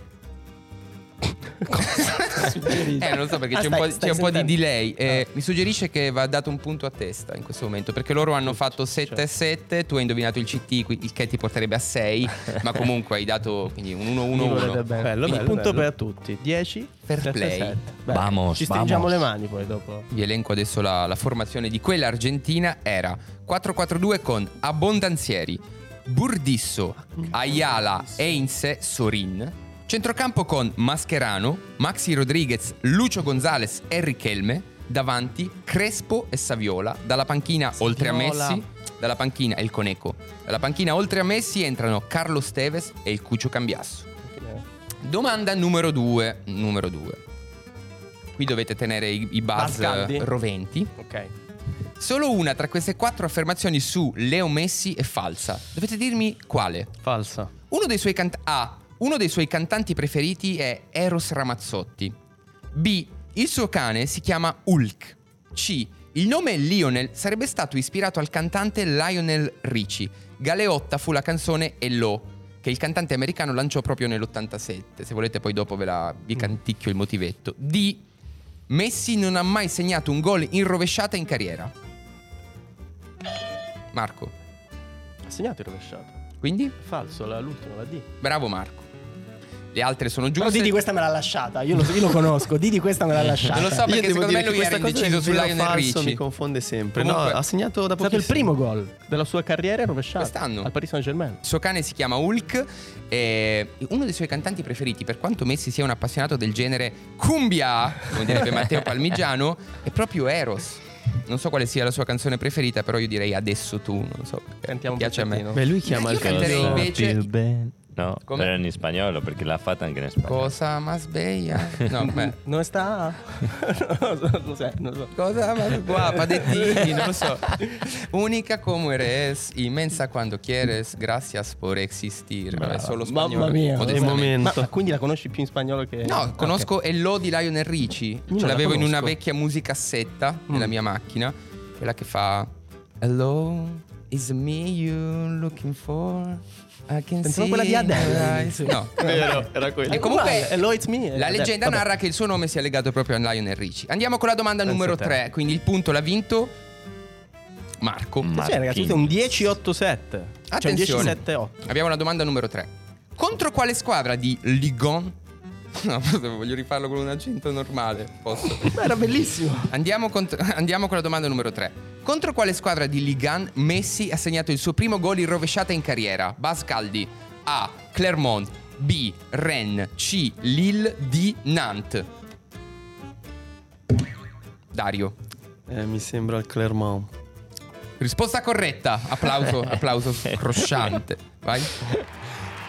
Suggerisce? eh, non lo so perché Ah, c'è un stai- po', di- stai c'è un po' di sentendo. Ah. delay. Eh, Mi suggerisce che va dato un punto a testa in questo momento perché loro hanno fatto 7 certo. e 7. Tu hai indovinato il CT, qui- il che ti porterebbe a 6. ma comunque hai dato quindi un Ah, 1-1-1. Bello, Bello, Quindi bello, punto bello. per tutti. 10 Fair play. Vamos, Ci stringiamo vamos. le mani poi dopo. Vi elenco adesso la, la formazione di quella argentina era 4-4-2 con Abbondanzieri, Burdisso, Ayala, Einse, Sorin, centrocampo con Mascherano, Maxi Rodriguez, Lucio Gonzalez e Richelme, davanti Crespo e Saviola, dalla panchina oltre a Saviola. Messi, Dalla panchina, e il Coneco. Dalla panchina oltre a Messi entrano Carlos Tevez e il Cuccio Cambiasso. Domanda numero 2. Numero 2. Qui dovete tenere i, i buzz eh, Buzz caldi. roventi. Ok. Solo una tra queste quattro affermazioni su Leo Messi è falsa. Dovete dirmi quale. Falsa. Uno dei suoi cant- A. Uno dei suoi cantanti preferiti è Eros Ramazzotti. B. Il suo cane si chiama Hulk. C. Il nome Lionel sarebbe stato ispirato al cantante Lionel Richie. Galeotta fu la canzone Hello, che il cantante americano lanciò proprio nell'87. Se volete poi dopo ve la, vi canticchio il motivetto. D. Messi non ha mai segnato un gol in rovesciata in carriera. Marco, Ha segnato il rovesciato. quindi? Falso, la- l'ultima, la D. Bravo Marco. Le altre sono Però giuste. Didi questa me l'ha lasciata, io lo, io lo conosco, Didi questa me l'ha lasciata. Non lo so Io perché devo secondo dire me che lui era questa cosa indeciso del su vero Lionel falso Mi Ricci. confonde sempre. Comunque- no, ha segnato da È stato pochissimo. il primo gol. Della sua carriera rovesciata. Quest'anno. Al Paris Saint-Germain. Il suo cane si chiama Hulk e uno dei suoi cantanti preferiti, per quanto Messi sia un appassionato del genere cumbia, come direbbe Matteo Palmigiano, è proprio Eros. Non so quale sia la sua canzone preferita, però io direi Adesso tu, non so. perché Cantiamo un piace a me. pezzettino. Beh, lui chiama Io il canterei coso. invece- Feel bad. No, Come? era in spagnolo perché l'ha fatta anche in spagnolo. Cosa ma sveglia? No, beh. Non sta... non lo so, non lo so, non lo so. Cosa ma qua, padettini, non lo so. Unica come eres, immensa quando quieres, gracias por existir. Vabbè, solo Mamma spagnolo. mia. Eh, È modestamente. un Ma, momento. ma quindi la conosci più in spagnolo che... No, conosco Hello di Lionel Ricci. non Ce la l'avevo in una conosco. vecchia musicassetta nella Mm. mia macchina. Quella che fa Hello, is me you looking for? I can Pensavo see quella di Adele. your eyes. No. Vero, era quello. E comunque Uguale, Hello, it's me, la Adele. leggenda Vabbè. narra che il suo nome sia legato proprio a Lionel Ricci. Andiamo con la domanda Pensa numero a te. 3. Quindi il punto l'ha vinto Marco. Ma- Cioè, ragazzi, questo è un 10-8-7. Cioè, un Attenzione. 10-7-8. Abbiamo la domanda numero 3. Contro quale squadra di Ligon? No, voglio rifarlo con un accento normale. Posso? Ma era bellissimo. Andiamo, cont- andiamo con la domanda numero 3. Contro quale squadra di Ligan Messi ha segnato il suo primo gol in rovesciata in carriera? Bascaldi A. Clermont B. Rennes C. Lille D. Nantes Dario Eh, mi sembra il Clermont. Risposta corretta Applauso, applauso crosciante Vai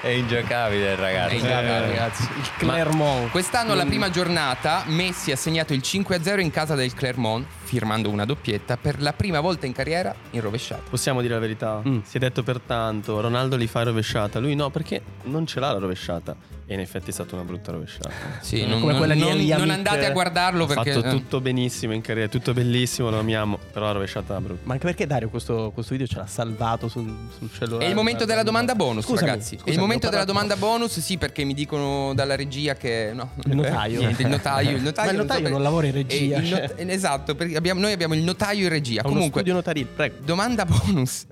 È ingiocabile il ragazzo. È ingiocabile. Ragazzi, il Eh, Ma Clermont. Mm. Quest'anno la prima giornata Messi ha segnato il 5-0 in casa del Clermont Firmando una doppietta per la prima volta in carriera in rovesciata Possiamo dire la verità. Mm. Si è detto pertanto, Ronaldo li fa rovesciata. Lui no, perché non ce l'ha la rovesciata. E in effetti è stata una brutta rovesciata. Sì, Come non, quella di non- Eliamit. non andate a guardarlo Ha perché fatto eh, tutto benissimo in carriera, tutto bellissimo, lo amiamo. Però la rovesciata è brutta. Ma anche perché Dario questo, questo video ce l'ha salvato sul, sul cellulare? È il momento della domanda bonus, Scusami, ragazzi. è scusami, il momento ho della parlato- domanda bonus, sì, perché mi dicono dalla regia che no, Il notaio. Niente, il notaio, il notaio, Ma il notaio so non perché- lavora in e regia, il cioè. not- Esatto, perché abbiamo- noi abbiamo il notaio in regia. Ha uno Comunque, studio notarile, prego. domanda bonus.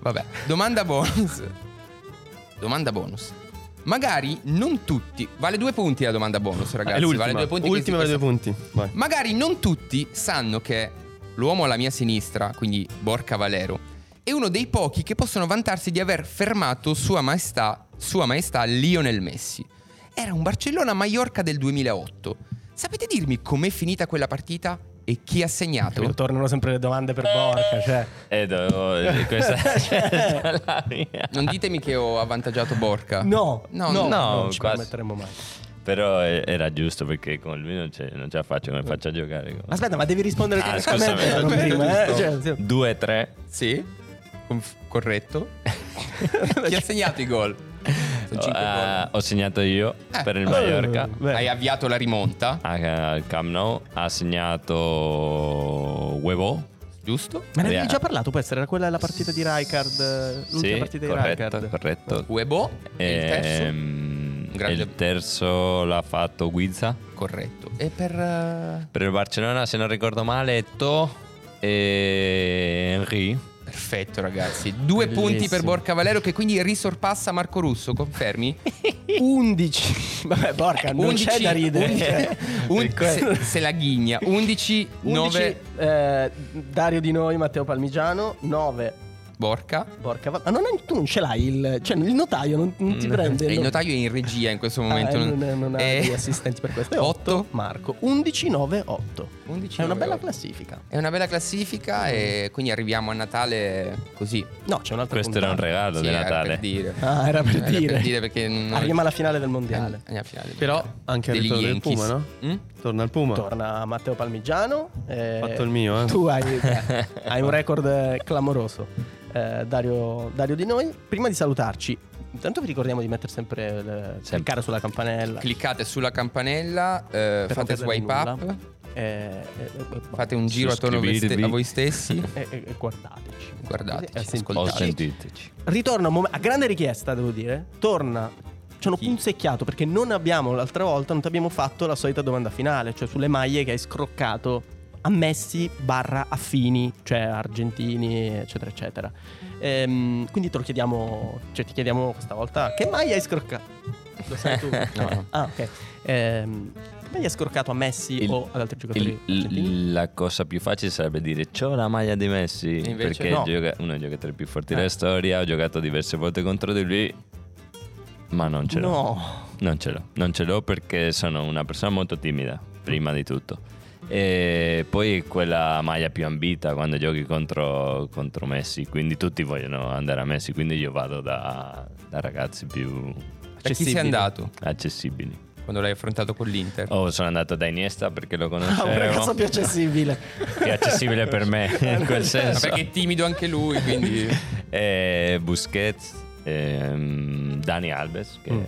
Vabbè, domanda bonus. Domanda bonus. Magari non tutti. Vale due punti la domanda bonus, ragazzi. è l'ultima. Vale due punti. Ultima quindi vale due questa- punti. Vai. Magari non tutti sanno che l'uomo alla mia sinistra, quindi Borca Valero, è uno dei pochi che possono vantarsi di aver fermato Sua Maestà, sua maestà Lionel Messi. Era un Barcellona-Mallorca del 2008. Sapete dirmi com'è finita quella partita e chi ha segnato? Tornano sempre le domande per Borca, cioè. Eh, dovevo- questa è la mia. Non ditemi che ho avvantaggiato Borca. No, Ah. No, no, no, non ci quasi. permetteremo mai. Però eh, era giusto perché con lui non, ce- non ce la faccio, come faccio a giocare? con- Aspetta, ma devi rispondere Ah, correttamente, scusami. non prima, eh? Cioè, sì. 2-3. Sì, conf- corretto. chi ha segnato i gol? Sono cinque Ah, gol. ho segnato io Eh. per il Mallorca. beh. Hai avviato la rimonta, Ah, Al Camp Nou ha segnato Huevo. giusto? Ma ne avevi Via. già parlato, può essere era quella la partita di Rijkaard, eh, l'ultima sì, partita di corretto, Rijkaard. corretto. Uebo, e boh, il terzo. Ehm, Grande- il terzo l'ha fatto Guizza. Corretto. E per... eh, Per il Barcellona, se non ricordo male, To e Henry. Perfetto ragazzi. Due Bellissimo. punti per Borca Valero che quindi risorpassa Marco Russo, confermi? 11. Vabbè, Borca, non c'è da ridere. un- Per quello. se, Ecco, se la ghigna. 11, 11 9... eh, Dario Di Noi, Matteo Palmigiano, 9 Borca. Porca, va- ma non è- Ah, tu non ce l'hai il, cioè, il notaio, non, non ti Mm. prende. E il non- notaio è in regia in questo Ah, momento. eh, non, è- non ha Eh, gli assistenti per questo. È 8, otto. Marco. 11, 9, 8. 11, È una bella otto. classifica. È una bella classifica e quindi arriviamo a Natale così. No, c'è un'altra Questo era un puntata. regalo Sì, di era Natale. per dire. Ah, era per Era dire. per dire perché non- Eh, Arriviamo alla finale del mondiale. Andiamo alla finale. Però anche al Degli ritorno del Yankees. Puma, no? Mm? Torna al Puma. Torna Matteo Palmigiano. eh, Ho fatto il mio, eh. Tu hai, hai un record eh, clamoroso, eh, Dario, Dario di noi. Prima di salutarci, intanto vi ricordiamo di mettere sempre il Sempre. cliccare sulla campanella. Cliccate sulla campanella, eh, Per non fate perdere swipe nulla. up, Eh, eh, eh, fate un giro attorno a voi, ste- Sostituirvi. a voi stessi. e, e- e guardateci. Guardateci, Eh, sentiteci. Ho ascoltateci. sentiteci. Ritorna un mom- a grande richiesta, devo dire. Torna. Ci hanno punzecchiato perché non abbiamo l'altra volta, non ti abbiamo fatto la solita domanda finale, cioè sulle maglie che hai scroccato a Messi barra affini, cioè argentini, eccetera, eccetera. Ehm, quindi te lo chiediamo, cioè ti chiediamo questa volta che maglia hai scroccato? Lo sai tu? No. Ah, ok. Ehm, che maglia hai scroccato a Messi Il- o ad altri giocatori Il- argentini? il- la cosa più facile sarebbe dire c'ho la maglia di Messi Invece perché no. gioca- uno dei giocatori più forti Eh. della storia ho giocato diverse volte contro di lui ma non ce l'ho No. non ce l'ho non ce l'ho perché sono una persona molto timida prima di tutto e poi quella maglia più ambita quando giochi contro, contro Messi quindi tutti vogliono andare a Messi quindi io vado da, da ragazzi più Da chi sei andato accessibili quando l'hai affrontato con l'Inter? Eh, oh sono andato da Iniesta perché lo Ah, un ragazzo conoscevo più accessibile. che è accessibile per me in quel Ma senso perché è timido anche lui, quindi... Eh, Busquets ehm, Dani Alves che, Mm.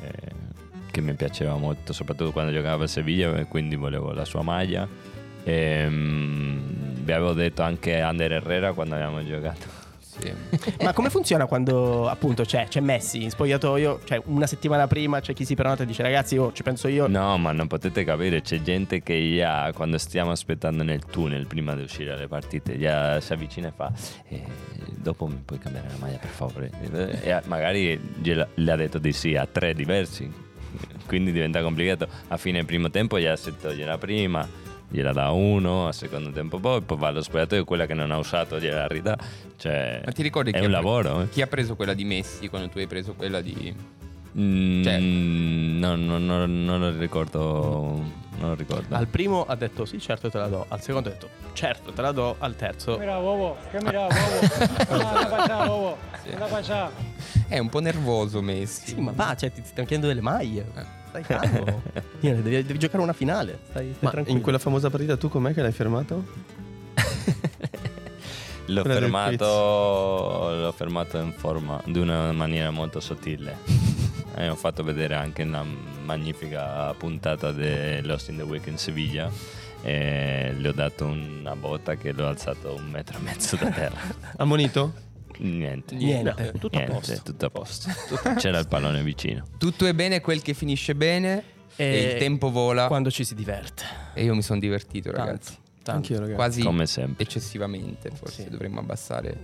che mi piaceva molto soprattutto quando giocava a Sevilla e quindi volevo la sua maglia Ehm, vi avevo detto anche Ander Herrera quando abbiamo giocato sì. Ma come funziona quando appunto c'è, c'è Messi in spogliatoio? Cioè, una settimana prima c'è chi si prenota e dice ragazzi, oh, ci penso io. no ma non potete capire c'è gente che già quando stiamo aspettando nel tunnel prima di uscire alle partite già si avvicina e fa "Eh, dopo mi puoi cambiare la maglia per favore e eh, magari gliela- le ha detto di sì a tre diversi quindi diventa complicato. A fine primo tempo gliela si toglie la prima, gliela dà uno, a secondo tempo poi, poi va allo spogliatoio quella che non ha usato gliela ridà. Cioè, Ma ti ricordi è chi un ha pre- lavoro. eh. Chi ha preso quella di Messi quando tu hai preso quella di... Mm, cioè- no, no, no, non lo ricordo. Non lo ricordo. Al primo ha detto sì, certo te la do. Al secondo ha detto certo te la do. Al terzo. Mirá, bobo, ¿qué mirá, bobo? Ah, anda para allá, bobo, anda para allá. È un po' nervoso Messi. Sì, ma va, cioè, ti stanno chiedendo delle maglie. Eh. Stai calmo. Io, devi, devi giocare una finale. Stai, stai Ma tranquillo. in quella famosa partita tu com'è che l'hai fermato? L'ho quella del fermato. L'ho fermato in forma di una maniera molto sottile. E ho fatto vedere anche una magnifica puntata di Lost in the Week in Siviglia. E le ho dato una botta che l'ho alzato un metro e mezzo da terra. Ammonito? Niente. Niente, tutto a Niente, posto. tutto a posto. C'era il pallone vicino. Tutto è bene quel che finisce bene e, Eh, il tempo vola Quando ci si diverte. e io mi sono divertito ragazzi. Tanto, tanto. Anch'io, ragazzi. Quasi Come sempre. eccessivamente, forse Sì. dovremmo abbassare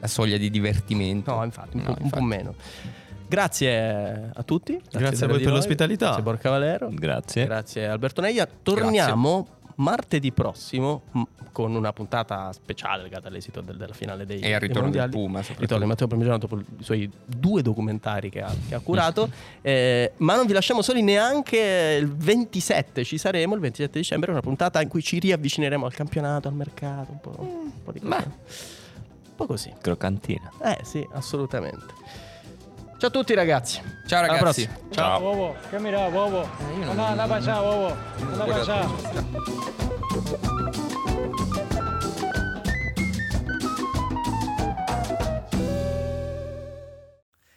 la soglia di divertimento. No, infatti, un, No, po', un po' infatti. meno. Grazie a tutti. Grazie, Grazie a voi di per noi. l'ospitalità. Grazie Borca Valero. Grazie. Grazie Alberto Neia. Torniamo martedì prossimo m- con una puntata speciale legata all'esito del- della finale dei, E al dei ritorno del mondiali. Puma, Ritorno di soprattutto. Matteo Parmigiano dopo i suoi due documentari che ha, che ha curato. Eh, ma non vi lasciamo soli neanche il 27, ci saremo il 27 dicembre, una puntata in cui ci riavvicineremo al campionato, al mercato, un po', Mm, un po' di cose. Un po' così. Crocantina. Eh sì, assolutamente. Ciao a tutti ragazzi. Ciao Alla ragazzi. prossima. Mirá, bobo, ¿qué mirá, bobo? Anda, anda para allá, bobo, anda para allá.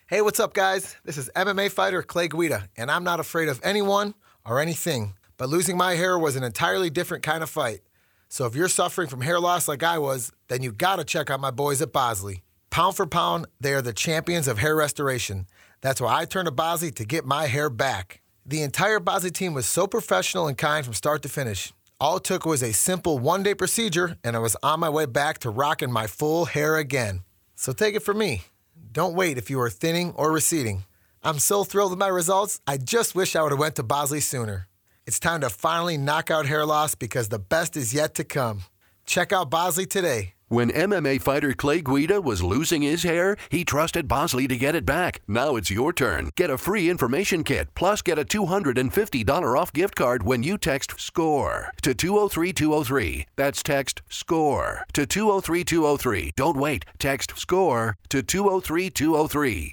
Hey, what's up, guys? This is MMA fighter Clay Guida, and I'm not afraid of anyone or anything. But losing my hair was an entirely different kind of fight. So if you're suffering from hair loss like I was, then you gotta check out my boys at Bosley. Pound for pound, they are the champions of hair restoration. That's why I turned to Bosley to get my hair back. The entire Bosley team was so professional and kind from start to finish. All it took was a simple one day procedure, and I was on my way back to rocking my full hair again. So take it from me. Don't wait if you are thinning or receding. I'm so thrilled with my results. I just wish I would have went to Bosley sooner. It's time to finally knock out hair loss because the best is yet to come. Check out Bosley today. When MMA fighter Clay Guida was losing his hair, he trusted Bosley to get it back. Now it's your turn. Get a free information kit, plus get a $250 off gift card when you text SCORE to 203203. That's text oh oh SCORE to 203203. Don't wait. Text SCORE to 203203.